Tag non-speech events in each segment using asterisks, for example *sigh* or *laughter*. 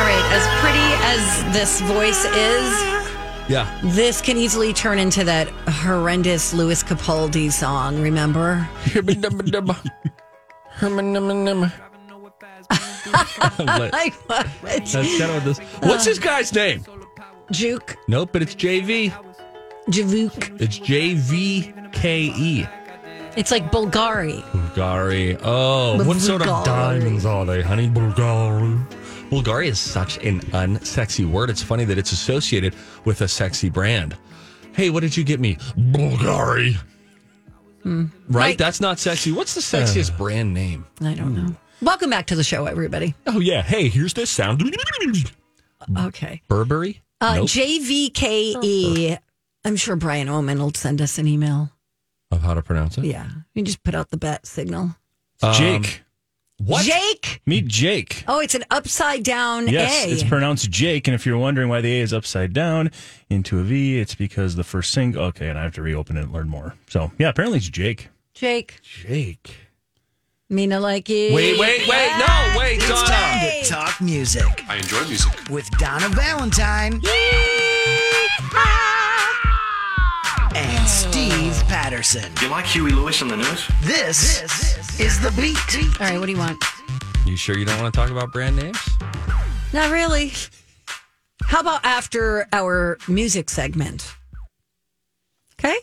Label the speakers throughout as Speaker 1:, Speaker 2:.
Speaker 1: All right, as pretty as this voice is,
Speaker 2: Yeah.
Speaker 1: this can easily turn into that horrendous Louis Capaldi song, remember?
Speaker 2: That's
Speaker 1: I what?
Speaker 2: kind of what this. What's this guy's name?
Speaker 1: Juke,
Speaker 2: Nope, but it's JV.
Speaker 1: Javuke.
Speaker 2: It's J V K E.
Speaker 1: It's like Bulgari.
Speaker 2: Bulgari. Oh, what sort of
Speaker 1: Bulgari.
Speaker 2: diamonds are they, honey? Bulgari. Bulgari is such an unsexy word. It's funny that it's associated with a sexy brand. Hey, what did you get me? Bulgari. Right?
Speaker 1: Mike.
Speaker 2: That's not sexy. What's the sexiest brand name?
Speaker 1: I don't know. Welcome back to the show, everybody.
Speaker 2: Oh, yeah. Hey, here's this sound.
Speaker 1: Okay.
Speaker 2: Burberry?
Speaker 1: Uh,
Speaker 2: Nope.
Speaker 1: JVKE. E. I'm sure Brian Oman will send us an email.
Speaker 2: of how to pronounce it? Um,
Speaker 1: Yeah. You just put out the bat signal.
Speaker 3: Jake.
Speaker 2: What?
Speaker 1: Jake.
Speaker 3: Meet Jake.
Speaker 1: Oh, it's an upside down
Speaker 3: Yes,
Speaker 1: A.
Speaker 3: it's pronounced Jake. And if you're wondering why the A is upside down into a V, it's because the first single. Okay, and I have to reopen it and learn more. So, yeah, apparently it's Jake.
Speaker 1: Jake.
Speaker 2: Jake.
Speaker 1: Mina like you.
Speaker 2: Wait, wait, wait. No, wait, Donna.
Speaker 1: Jake.
Speaker 4: Talk music. I enjoy music. With Donna Valentine and Steve Patterson.
Speaker 5: You like Huey Lewis on the news?
Speaker 4: This, is The Beat.
Speaker 1: All right, what do you want?
Speaker 2: You sure you don't want to talk about brand names?
Speaker 1: Not really. How about after our music segment? Okay.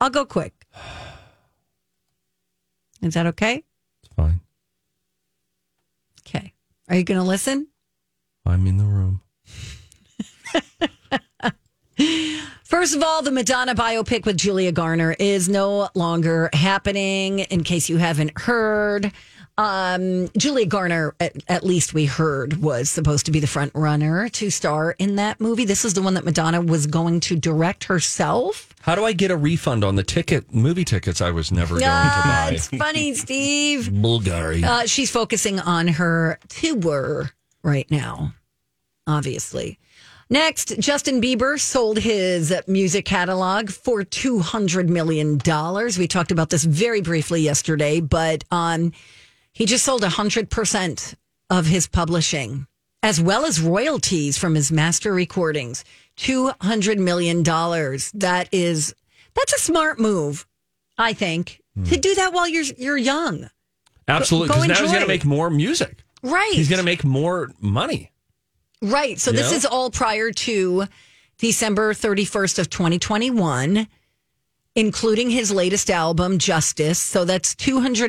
Speaker 1: I'll go quick. Is that okay?
Speaker 2: It's fine.
Speaker 1: Okay. Are you going to listen?
Speaker 2: I'm in the room.
Speaker 1: First of all, the Madonna biopic with Julia Garner is no longer happening, in case you haven't heard. Um, Julia Garner, at, at least we heard, was supposed to be the front runner to star in that movie. This is the one that Madonna was going to direct herself.
Speaker 2: How do I get a refund on the ticket movie tickets I was never going to
Speaker 1: Ah,
Speaker 2: buy?
Speaker 1: it's funny, Steve.
Speaker 2: Bulgari.
Speaker 1: Uh, she's focusing on her tour right now, obviously. Next, Justin Bieber sold his music catalog for $200 million. We talked about this very briefly yesterday, but um, he just sold 100% of his publishing, as well as royalties from his master recordings. $200 million. That is, that's a smart move, I think, to do that while you're, you're young.
Speaker 2: Absolutely.
Speaker 1: go
Speaker 2: Because now he's
Speaker 1: enjoy.
Speaker 2: going to make more music.
Speaker 1: Right.
Speaker 2: He's going to make more money.
Speaker 1: Right. So
Speaker 2: You
Speaker 1: this
Speaker 2: know?
Speaker 1: is all prior to December 31st of 2021, including his latest album, Justice. So that's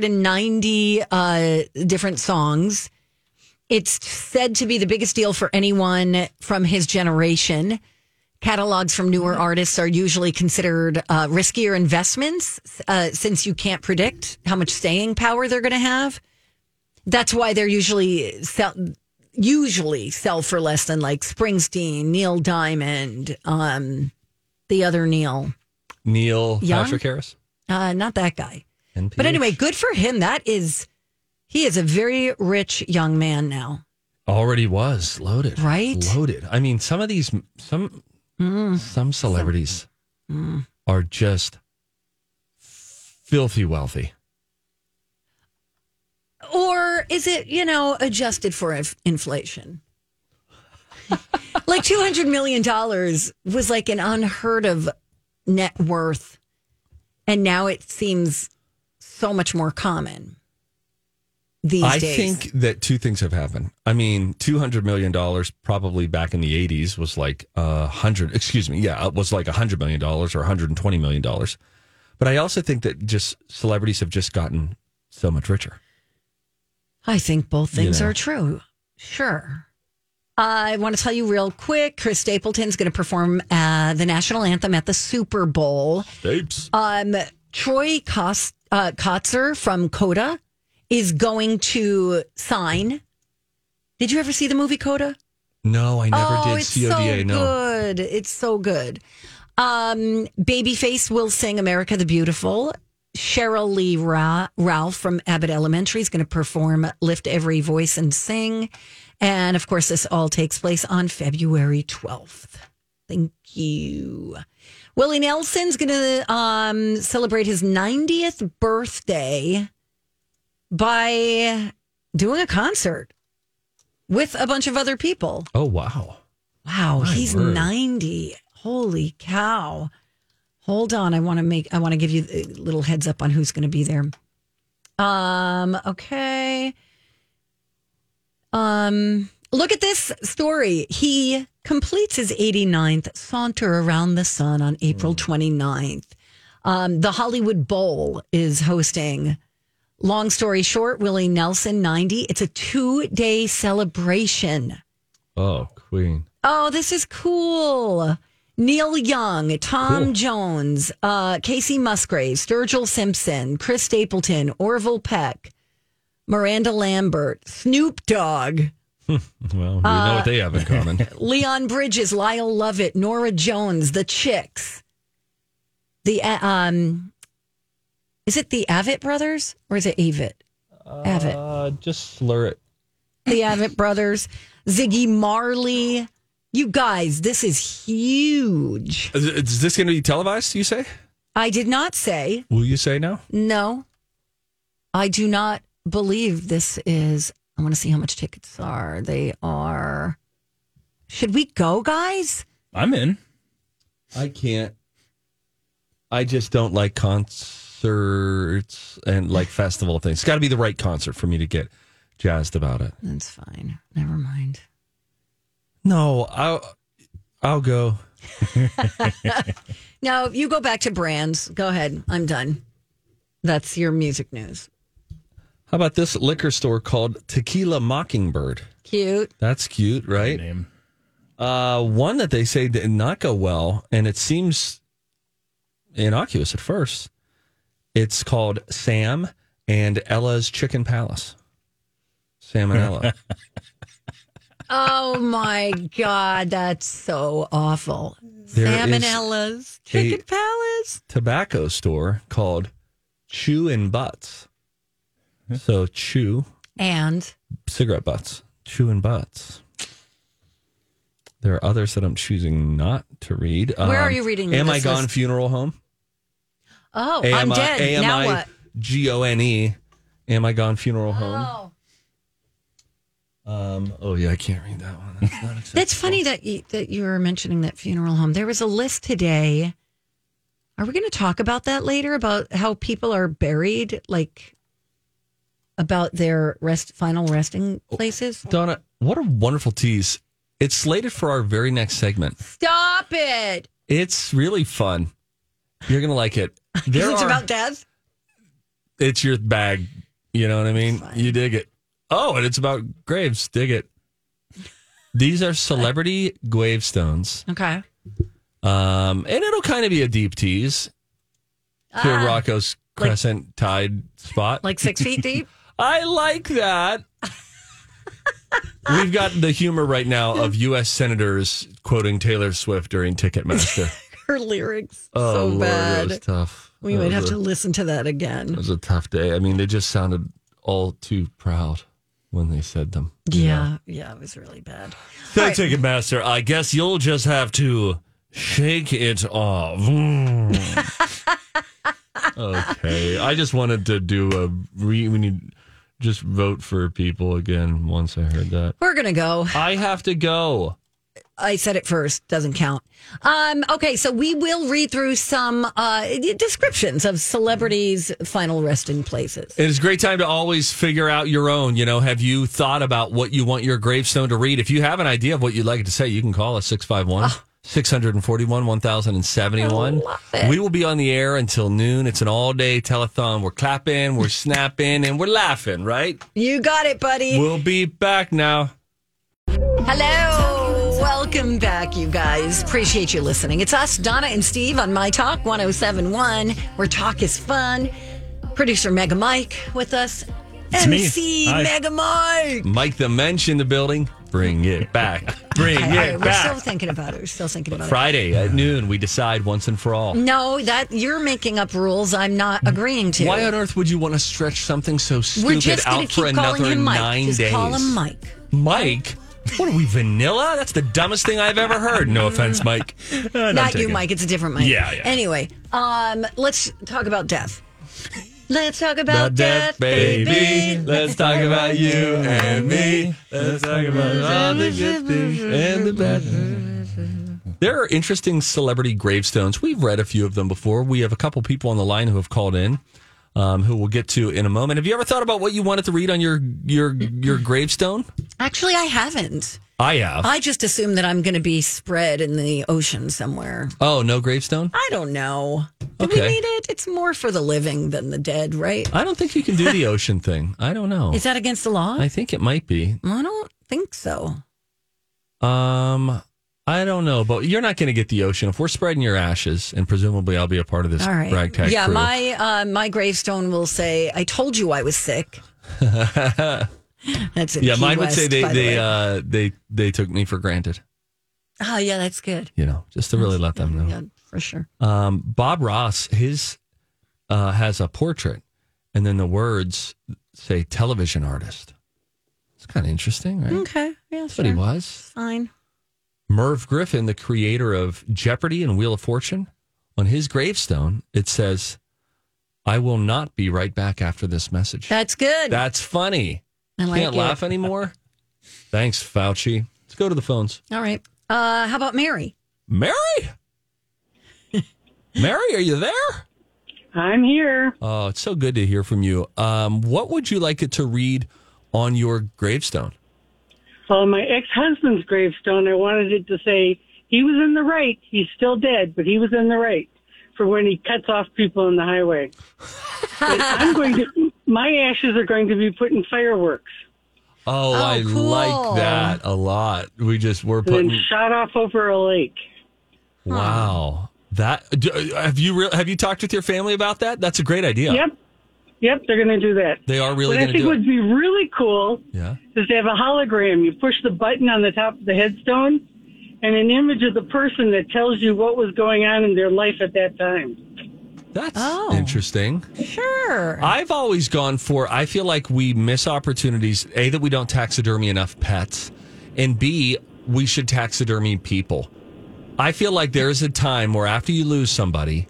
Speaker 1: 290 uh, different songs. It's said to be the biggest deal for anyone from his generation. Catalogs from newer artists are usually considered uh, riskier investments uh, since you can't predict how much staying power they're going to have. That's why they're usually sell, usually sell for less than like Springsteen, Neil Diamond, um, the other Neil,
Speaker 2: Neil
Speaker 1: Young?
Speaker 2: Patrick Harris.
Speaker 1: uh, not that guy.
Speaker 2: NPH.
Speaker 1: But anyway, good for him. That is, he is a very rich young man now.
Speaker 2: already was loaded.
Speaker 1: Right? Mm.
Speaker 2: Loaded. I mean, some of these, some, some celebrities are just filthy wealthy.
Speaker 1: Or is it, you know, adjusted for inf- inflation? like $200 million was like an unheard of net worth. And now it seems so much more common. these
Speaker 2: I
Speaker 1: days.
Speaker 2: think that two things have happened. I mean, two hundred million dollars probably back in the eighties was like a hundred. Excuse me, yeah, it was like a hundred million dollars or one hundred and twenty million dollars. But I also think that just celebrities have just gotten so much richer.
Speaker 1: I think both things
Speaker 2: know.
Speaker 1: are true. Sure. I want to tell you real quick Chris Stapleton's going to perform uh, the national anthem at the Super Bowl.
Speaker 2: Stapes.
Speaker 1: Um, Troy Kos- uh, Kotzer from Coda is going to sign. Did you ever see the movie Coda?
Speaker 2: No, I never
Speaker 1: oh,
Speaker 2: did
Speaker 1: it's
Speaker 2: CODA.
Speaker 1: so
Speaker 2: no,
Speaker 1: good. It's so good. Um, Babyface will sing "America the Beautiful." Cheryl Lee Ra- Ralph from Abbott Elementary is going to perform "Lift Every Voice and Sing," and of course, this all takes place on February twelfth. Thank you. Willie Nelson's going to um, celebrate his 90th birthday by doing a concert with a bunch of other people.
Speaker 2: oh wow,
Speaker 1: Wow,
Speaker 2: My
Speaker 1: he's
Speaker 2: word.
Speaker 1: 90. Holy cow. Hold on, I want to make I want to give you a little heads up on who's going to be there. Um, okay. Um, look at this story. He completes his 89th saunter around the sun on
Speaker 2: Hmm.
Speaker 1: April 29th. Um, the Hollywood Bowl is hosting Long story short, Willie Nelson 90. It's a 2-day celebration.
Speaker 2: oh Queen.
Speaker 1: Oh, this is cool. Neil Young, Tom
Speaker 2: Cool.
Speaker 1: Jones, uh, Casey Musgrave, Sturgill Simpson, Chris Stapleton, Orville Peck, Miranda Lambert, Snoop Dogg,
Speaker 2: Well, we know what they have in common.
Speaker 1: Leon Bridges, Lyle Lovett, Nora Jones, The Chicks, the uh, um, is it the Avett brothers or is it Avett? Avett.
Speaker 2: *laughs* uh, just slur it.
Speaker 1: the Avett brothers, Ziggy Marley. You guys, this is huge.
Speaker 2: Is, is this going to be televised? You say?
Speaker 1: I did not say
Speaker 2: Will you say no?
Speaker 1: no. I do not believe this is. I want to see how much tickets are. They are. Should we go, guys?
Speaker 3: I'm in.
Speaker 2: I can't. I just don't like concerts and like festival things. It's got to be the right concert for me to get jazzed about it.
Speaker 1: That's fine. Never mind.
Speaker 2: No, I'll I'll go.
Speaker 1: No, you go back to brands. Go ahead. I'm done. That's your music news.
Speaker 2: How about this liquor store called Tequila Mockingbird?
Speaker 1: Cute.
Speaker 2: That's cute, right?
Speaker 3: Name.
Speaker 2: Uh, one that they say did not go well, and it seems innocuous at first. It's called Sam and Ella's Chicken Palace. Sam and Ella.
Speaker 1: Oh my God, that's so awful.
Speaker 2: There is
Speaker 1: Salmonella's Chicken Palace.
Speaker 2: tobacco store called Chew and Butts. So chew
Speaker 1: And
Speaker 2: cigarette butts, chew and butts. There are others that I'm choosing not to read. Um,
Speaker 1: Where are you reading
Speaker 2: Am I
Speaker 1: this
Speaker 2: Gone
Speaker 1: list?
Speaker 2: Funeral Home?
Speaker 1: oh, I'm dead. now what?
Speaker 2: G O N E. Am I Gone Funeral Home?
Speaker 1: Oh,
Speaker 2: Um, oh yeah, I can't read that one. That's
Speaker 1: *laughs*
Speaker 2: not acceptable.
Speaker 1: that's funny that you, that you were mentioning that funeral home. There was a list today. Are we going to talk about that later? About how people are buried, like about their rest, final resting
Speaker 2: Oh.
Speaker 1: places.
Speaker 2: Donna, what a wonderful tease. It's slated for our very next segment.
Speaker 1: Stop it!
Speaker 2: It's really fun. You're gonna like it. There
Speaker 1: *laughs* It's
Speaker 2: are-
Speaker 1: about death.
Speaker 2: it's your bag. You know what I mean? You dig it. Oh, and it's about graves. Dig it. These are celebrity gravestones.
Speaker 1: Okay.
Speaker 2: Um, and it'll kind of be a deep tease to
Speaker 1: Ah.
Speaker 2: Rocco's crescent tide spot.
Speaker 1: Like six feet deep.
Speaker 2: *laughs* I like that. We've got the humor right now of U.S. senators quoting Taylor Swift during
Speaker 1: *laughs*
Speaker 2: Ticketmaster.
Speaker 1: Her lyrics
Speaker 2: Oh,
Speaker 1: so
Speaker 2: Lord,
Speaker 1: bad.
Speaker 2: that was Oh, tough.
Speaker 1: we
Speaker 2: That
Speaker 1: might
Speaker 2: was
Speaker 1: have
Speaker 2: a-
Speaker 1: to listen to that again.
Speaker 2: It was a tough day. I mean, they just sounded all too proud when they said them.
Speaker 1: Yeah, yeah, it was really bad.
Speaker 2: So,
Speaker 1: All right.
Speaker 2: Ticketmaster, I guess you'll just have to shake it off. Mm.
Speaker 1: *laughs*
Speaker 2: okay. I just wanted to do a re. We need just vote for people again once I heard that.
Speaker 1: We're gonna go.
Speaker 2: I have to go.
Speaker 1: I said it first. Doesn't count. Um, okay, so we will read through some uh, descriptions of celebrities' final resting places.
Speaker 2: It is a great time to always figure out your own. You know, have you thought about what you want your gravestone to read? If you have an idea of what you'd like it to say, you can call us 651 641 1071.
Speaker 1: Ah. I love it.
Speaker 2: We will be on the air until noon. It's an all day telethon. We're clapping,
Speaker 1: *laughs*
Speaker 2: we're snapping, and we're laughing, right?
Speaker 1: You got it, buddy.
Speaker 2: We'll be back now.
Speaker 1: Hello. Welcome back, you guys. Appreciate you listening. It's us, Donna and Steve, on My Talk 1071, where talk is fun. Producer Mega Mike with us.
Speaker 3: It's me.
Speaker 1: MC
Speaker 3: Hi.
Speaker 1: Mega Mike.
Speaker 2: Mike the Mensch in the building. Bring it
Speaker 1: *laughs*
Speaker 2: back. Bring
Speaker 1: I- I-
Speaker 2: it
Speaker 1: we're still
Speaker 2: back.
Speaker 1: thinking about it. We're still thinking about it.
Speaker 2: Friday at noon, we decide once and for all.
Speaker 1: No, that you're making up rules I'm not agreeing to.
Speaker 2: Why on earth would you want to stretch something so
Speaker 1: we're
Speaker 2: stupid
Speaker 1: just going
Speaker 2: out
Speaker 1: to
Speaker 2: for
Speaker 1: keep calling
Speaker 2: another
Speaker 1: him Mike.
Speaker 2: nine
Speaker 1: just
Speaker 2: days?
Speaker 1: call him Mike.
Speaker 2: Mike? What are we, vanilla? That's the dumbest thing I've ever heard. No offense, Mike.
Speaker 1: *laughs* Not you, Mike. It's a different Mike.
Speaker 3: Yeah, yeah.
Speaker 1: Anyway, um, let's talk about death. Let's talk
Speaker 2: The
Speaker 1: about death,
Speaker 2: Let's talk about you and me. Let's talk about all the good things and the bad. There are interesting celebrity gravestones. We've read a few of them before. We have a couple people on the line who have called in, um, who we'll get to in a moment. Have you ever thought about what you wanted to read on your your your gravestone?
Speaker 1: Actually, I haven't.
Speaker 2: I have.
Speaker 1: I just assume that I'm going to be spread in the ocean somewhere.
Speaker 2: Oh, no gravestone.
Speaker 1: I don't know. Do we
Speaker 2: Okay.
Speaker 1: need it? It's more for the living than the dead, right?
Speaker 2: I don't think you can do the ocean thing. I don't know.
Speaker 1: Is that against the law?
Speaker 2: I think it might be.
Speaker 1: I don't think so.
Speaker 2: Um, I don't know, but you're not going to get the ocean if we're spreading your ashes, and presumably I'll be a part of this
Speaker 1: All right.
Speaker 2: ragtag
Speaker 1: yeah,
Speaker 2: crew.
Speaker 1: my uh, my gravestone will say, "I told you I was sick." That's a
Speaker 2: yeah,
Speaker 1: Key
Speaker 2: mine would say
Speaker 1: West,
Speaker 2: they
Speaker 1: by the
Speaker 2: they
Speaker 1: way.
Speaker 2: uh they they took me for granted.
Speaker 1: oh yeah, that's good.
Speaker 2: You know, just to really let them know.
Speaker 1: Yeah, for sure.
Speaker 2: Um, Bob Ross his uh has a portrait, and then the words say television artist. It's kind of interesting, right?
Speaker 1: Okay. Yeah,
Speaker 2: That's what he
Speaker 1: Hmm, sure.
Speaker 2: was.
Speaker 1: Fine.
Speaker 2: Merv Griffin, the creator of Jeopardy and Wheel of Fortune, on his gravestone, it says, I will not be right back after this message.
Speaker 1: That's good.
Speaker 2: That's funny.
Speaker 1: I like
Speaker 2: Can't
Speaker 1: it.
Speaker 2: laugh anymore. Thanks, Fauci. Let's go to the phones.
Speaker 1: All right. Uh, how about Mary? *laughs*
Speaker 2: Mary? Mary, are you there?
Speaker 5: I'm here.
Speaker 2: Oh, it's so good to hear from you. Um, what would you like it to read on your gravestone?
Speaker 5: Well, my ex-husband's gravestone, I wanted it to say, he was in the right. He's still dead, but he was in the right for when he cuts off people on the highway.
Speaker 2: *laughs*
Speaker 5: But I'm going to, my ashes are going to be put in fireworks
Speaker 2: Oh, I
Speaker 1: cool.
Speaker 2: like that a lot. We just we're
Speaker 5: and
Speaker 2: putting
Speaker 5: then shot off over a lake.
Speaker 2: Wow. That do, have you real have you talked with your family about that? That's a great idea.
Speaker 5: Yep. Yep, they're going to do that.
Speaker 2: They are really
Speaker 5: what I
Speaker 2: going to
Speaker 5: think
Speaker 2: do
Speaker 5: would
Speaker 2: it.
Speaker 5: be really cool
Speaker 2: Yeah.
Speaker 5: is to have a hologram. You push the button on the top of the headstone and an image of the person that tells you what was going on in their life at that time.
Speaker 2: That's
Speaker 1: Oh.
Speaker 2: interesting.
Speaker 1: Sure.
Speaker 2: I've always gone for I feel like we miss opportunities A that we don't taxidermy enough pets and B we should taxidermy people. I feel like there is a time where after you lose somebody,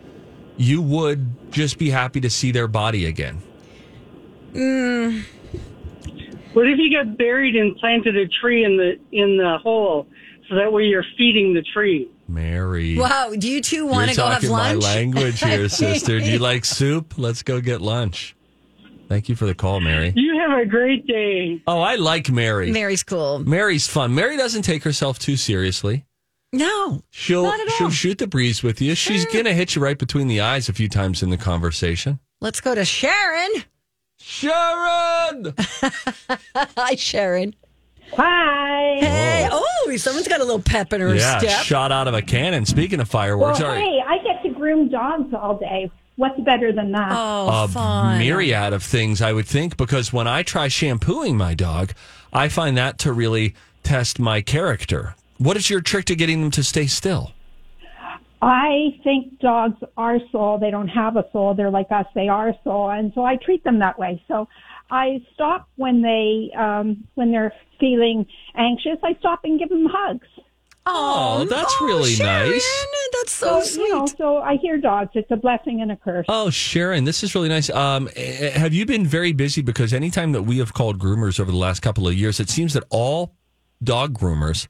Speaker 2: you would just be happy to see their body again.
Speaker 5: What if you got buried and planted a tree in the in the hole, so that way you're feeding the tree?
Speaker 2: Mary.
Speaker 1: Wow. Do you two
Speaker 2: You're
Speaker 1: want to go have
Speaker 2: talking
Speaker 1: lunch?
Speaker 2: my language
Speaker 1: *laughs*
Speaker 2: here, sister. Do you like soup? Let's go get lunch. Thank you for the call, Mary.
Speaker 5: You have a great day.
Speaker 2: Oh, I like Mary.
Speaker 1: Mary's cool.
Speaker 2: Mary's fun. Mary doesn't take herself too seriously.
Speaker 1: No.
Speaker 2: She'll
Speaker 1: Not at all.
Speaker 2: she'll shoot the breeze with you. She's gonna hit you right between the eyes a few times in the conversation.
Speaker 1: Let's go to Sharon. *laughs*
Speaker 2: Sharon.
Speaker 1: Hi, Sharon.
Speaker 6: Hi.
Speaker 1: Hey. Oh, someone's got a little pep in her
Speaker 2: yeah,
Speaker 1: step.
Speaker 2: shot out of a cannon. Speaking of fireworks,
Speaker 6: well,
Speaker 2: all right,
Speaker 6: hey, I get to groom dogs all day. What's better than that?
Speaker 1: oh,
Speaker 2: a
Speaker 1: fun.
Speaker 2: myriad of things, I would think, because when I try shampooing my dog, I find that to really test my character. What is your trick to getting them to stay still?
Speaker 6: I think dogs are soul. They don't have a soul. They're like us. They are soul, and so I treat them that way. So I stop when they um, when they're feeling anxious. I stop and give them hugs.
Speaker 2: Oh, that's
Speaker 1: oh,
Speaker 2: really
Speaker 1: Sharon,
Speaker 2: nice.
Speaker 1: That's so
Speaker 6: so,
Speaker 1: Oh, sweet.
Speaker 6: you know, so I hear dogs. It's a blessing and a curse.
Speaker 2: Oh, Sharon, this is really nice. Um, eh, have you been very busy? Because anytime that we have called groomers over the last couple of years, it seems that all dog groomers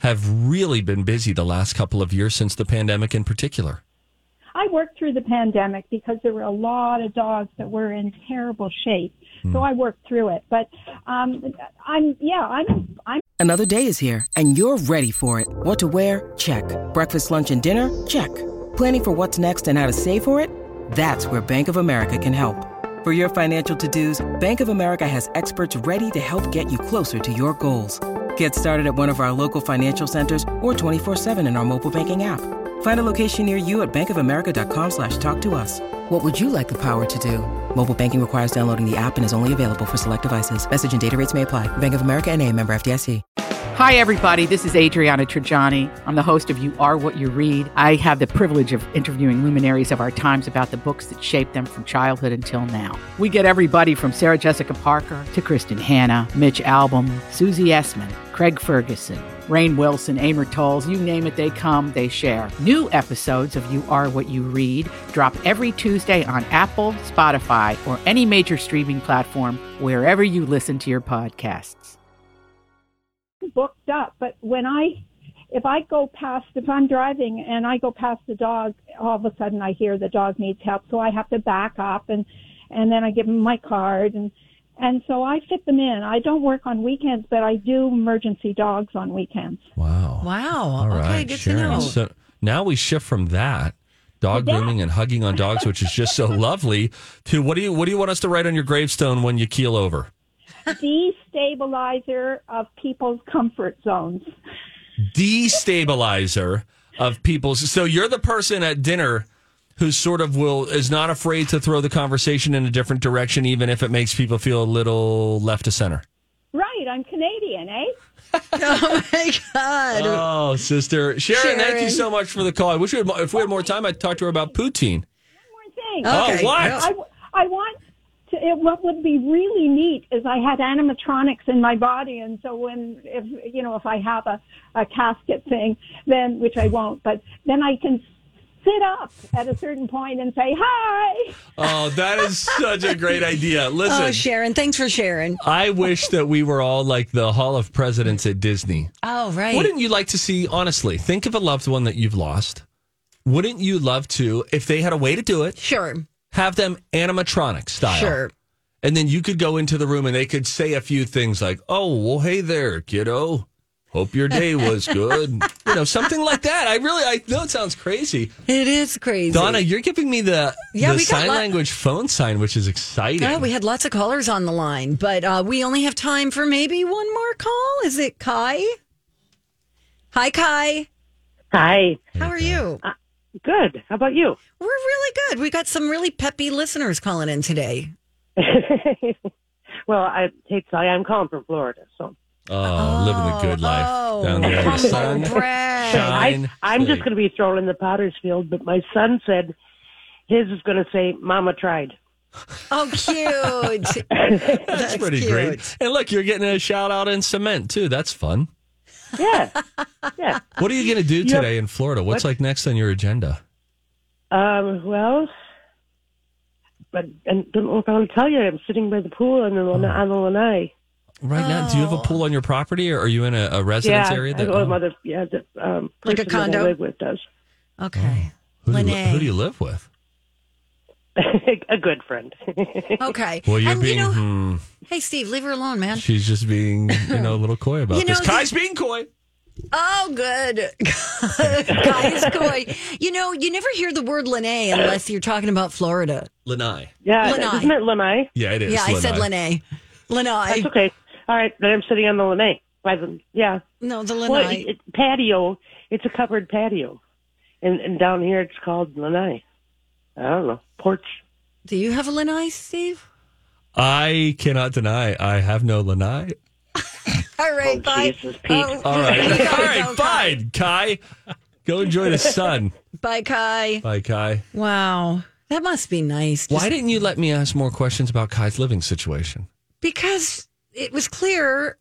Speaker 2: have really been busy the last couple of years since the pandemic in particular.
Speaker 6: I worked through the pandemic because there were a lot of dogs that were in terrible shape. So
Speaker 1: Hmm.
Speaker 6: I worked through it. But um, I'm, yeah, I'm, I'm
Speaker 7: Another day is here, and you're ready for it. What to wear? Check. Breakfast, lunch, and dinner? Check. Planning for what's next and how to save for it? That's where Bank of America can help. For your financial to dos, Bank of America has experts ready to help get you closer to your goals. Get started at one of our local financial centers or 24-7 in our mobile banking app. Find a location near you at bankofamerica.com slash talk to us. What would you like the power to do? Mobile banking requires downloading the app and is only available for select devices. Message and data rates may apply. Bank of America and a member FDIC.
Speaker 8: Hi, everybody. This is Adriana Trajani. I'm the host of You Are What You Read. I have the privilege of interviewing luminaries of our times about the books that shaped them from childhood until now. We get everybody from Sarah Jessica Parker to Kristen Hanna, Mitch Albom, Susie Essman, Craig Ferguson, Rain Wilson, Amor Tolls, you name it, they come, they share. New episodes of You Are What You Read drop every Tuesday on Apple, Spotify, or any major streaming platform wherever you listen to your podcasts.
Speaker 6: booked up. But when I, if I go past, if I'm driving and I go past the dog, all of a sudden I hear the dog needs help, so I have to back up and and then I give them my card and and so I fit them in. I don't work on weekends, but I do emergency dogs on weekends.
Speaker 2: Wow.
Speaker 1: Wow.
Speaker 2: All
Speaker 1: okay,
Speaker 2: right,
Speaker 1: good
Speaker 2: Sharon.
Speaker 1: to know.
Speaker 2: So now we shift from that dog grooming and hugging on dogs, which is just so
Speaker 1: *laughs*
Speaker 2: lovely, to what do you what do you want us to write on your gravestone when you keel over?
Speaker 6: Destabilizer of people's comfort zones.
Speaker 2: Destabilizer of people's. So you're the person at dinner who sort of will is not afraid to throw the conversation in a different direction, even if it makes people feel a little left to center.
Speaker 6: Right, I'm Canadian, eh?
Speaker 1: Oh my god.
Speaker 2: Oh, sister Sharon, thank you
Speaker 1: Sharon.
Speaker 2: so much for the call. I wish we had more, if we had more time, I'd talk to her about poutine.
Speaker 6: One thing.
Speaker 2: Oh,
Speaker 1: Okay.
Speaker 2: what?
Speaker 6: I, I want to, it, what would be really neat is I had animatronics in my body, and so when if you know if I have a, a casket thing, then which I won't, but then I can sit up at a certain point and say hi.
Speaker 2: Oh, that is such a great idea. Listen,
Speaker 1: Oh, Sharon, thanks for sharing.
Speaker 2: I wish that we were all like the Hall of Presidents at Disney.
Speaker 1: Oh, right.
Speaker 2: Wouldn't you like to see, honestly, think of a loved one that you've lost? Wouldn't you love to, if they had a way to do it,
Speaker 1: sure.
Speaker 2: have them animatronic style?
Speaker 1: Sure.
Speaker 2: And then you could go into the room and they could say a few things like, oh, well, hey there, kiddo. Hope your day was
Speaker 1: *laughs*
Speaker 2: good. you know, something like that. I really, I know it sounds crazy.
Speaker 1: It is crazy.
Speaker 2: Donna, you're giving me the,
Speaker 1: Yeah,
Speaker 2: the
Speaker 1: we got
Speaker 2: sign
Speaker 1: lo-
Speaker 2: language phone sign, which is exciting.
Speaker 1: Yeah, we had lots of callers on the line, but uh, we only have time for maybe one more call. Is it Kai? Hi, Kai.
Speaker 9: Hi.
Speaker 1: How are you?
Speaker 9: Good. How about you? *laughs*
Speaker 1: We're really good. We got some really peppy listeners calling in today.
Speaker 9: well, I hate to tell you, I'm calling from Florida, so
Speaker 2: oh, living the good life
Speaker 1: oh.
Speaker 2: down there in the sun.
Speaker 1: Brad.
Speaker 2: Shine.
Speaker 9: I, I'm
Speaker 2: Hey.
Speaker 9: just going to be thrown in the potter's field. But my son said his is going to say, "Mama tried."
Speaker 1: Oh, cute.
Speaker 2: *laughs* That's pretty
Speaker 1: cute.
Speaker 2: great. And look, you're getting a shout out in cement too. That's fun.
Speaker 9: Yeah, yeah.
Speaker 2: What are you going to do
Speaker 9: Yep.
Speaker 2: today in Florida? What's like next on your agenda?
Speaker 9: Um, well, but I don't know if I'll tell you. I'm sitting by the pool on the Lanai. On the Lanai.
Speaker 2: Right now, do you have
Speaker 1: Oh.
Speaker 2: a pool on your property or are you in a, a residence
Speaker 9: Yeah,
Speaker 2: area?
Speaker 9: I
Speaker 2: That, oh,
Speaker 9: know mother. Yeah, the um,
Speaker 1: *laughs* Like a
Speaker 9: person that I
Speaker 1: condo? *laughs*
Speaker 9: live with does
Speaker 1: Okay.
Speaker 2: who, do you, li-
Speaker 1: Lene.
Speaker 2: who do you live with?
Speaker 9: *laughs* a good friend. *laughs*
Speaker 1: Okay.
Speaker 2: Well, you're
Speaker 1: and
Speaker 2: being,
Speaker 1: you know,
Speaker 2: hmm,
Speaker 1: hey, Steve, leave her alone, man.
Speaker 2: she's just being, you know, a little coy about
Speaker 1: *laughs* You
Speaker 2: this.
Speaker 1: know,
Speaker 2: Kai's being coy.
Speaker 1: Oh, good. *laughs* Guys, coy. You know, you never hear the word Lene unless you're talking about Florida.
Speaker 2: Lanai.
Speaker 9: yeah,
Speaker 1: Lanai.
Speaker 9: isn't it Lanai?
Speaker 2: Yeah, it is.
Speaker 1: yeah, I said Lene. Lanai.
Speaker 9: That's okay. All right, then I'm sitting on the lanai. By the yeah,
Speaker 1: No, the Lanai.
Speaker 9: well, it, it, patio. It's a covered patio, and and down here it's called lanai. I don't know porch.
Speaker 1: Do you have a Lanai, Steve?
Speaker 2: I cannot deny I have no Lanai.
Speaker 1: All right,
Speaker 9: Oh,
Speaker 1: bye.
Speaker 9: Jesus, Pete.
Speaker 2: All right.
Speaker 1: *laughs* we gotta
Speaker 2: All right,
Speaker 1: go, Kai.
Speaker 2: fine, Kai. Go enjoy the
Speaker 1: *laughs*
Speaker 2: sun.
Speaker 1: Bye, Kai.
Speaker 2: Bye, Kai.
Speaker 1: Wow. That must be nice. Just
Speaker 2: Why didn't you let me ask more questions about Kai's living situation?
Speaker 1: Because it was clear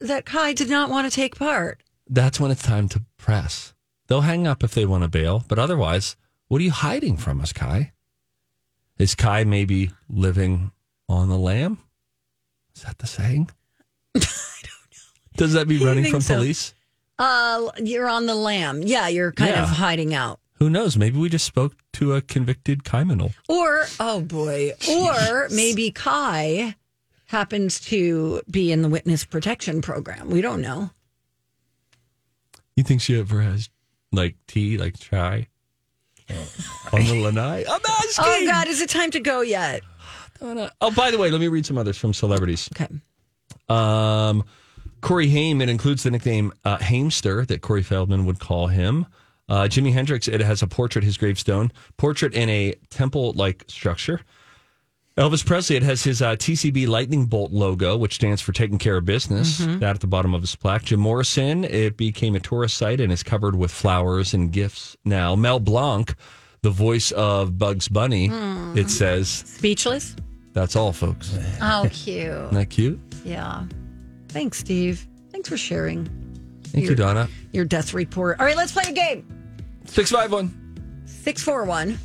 Speaker 1: that Kai did not want to take part.
Speaker 2: that's when it's time to press. They'll hang up if they want to bail, but otherwise, what are you hiding from us, Kai? Is Kai maybe living on the lamb? Is that the saying? Does that be
Speaker 1: *laughs* I
Speaker 2: running
Speaker 1: think
Speaker 2: from
Speaker 1: so.
Speaker 2: police?
Speaker 1: Uh, you're on the lam. Yeah, you're kind
Speaker 2: Yeah.
Speaker 1: of hiding out.
Speaker 2: Who knows? Maybe we just spoke to a convicted criminal.
Speaker 1: Or, oh boy, or maybe Kai happens to be in the witness protection program. We don't know.
Speaker 2: You think she ever has like tea, like chai on the lanai? Oh,
Speaker 1: Oh God, is it time to go yet?
Speaker 2: Oh, by the way, let me read some others from celebrities.
Speaker 1: Okay.
Speaker 2: Um, Corey Haim, it includes the nickname uh, Hamster that Corey Feldman would call him. Uh, Jimi Hendrix, it has a portrait, his gravestone, portrait in a temple like structure. Elvis Presley, it has his uh, TCB lightning bolt logo, which stands for taking care of business,
Speaker 10: Mhm.
Speaker 2: that at the bottom of his plaque. Jim Morrison, it became a tourist site and is covered with flowers and gifts now. Mel Blanc, the voice of Bugs Bunny,
Speaker 1: Mm.
Speaker 2: it says,
Speaker 1: Speechless.
Speaker 2: that's all, folks.
Speaker 1: Oh, cute.
Speaker 2: Isn't that cute?
Speaker 1: Yeah. Thanks, Steve. Thanks for sharing
Speaker 2: Thank you,
Speaker 1: You're-
Speaker 2: Donna.
Speaker 1: your death report. All right, let's play a game.
Speaker 2: 651
Speaker 1: Six four one.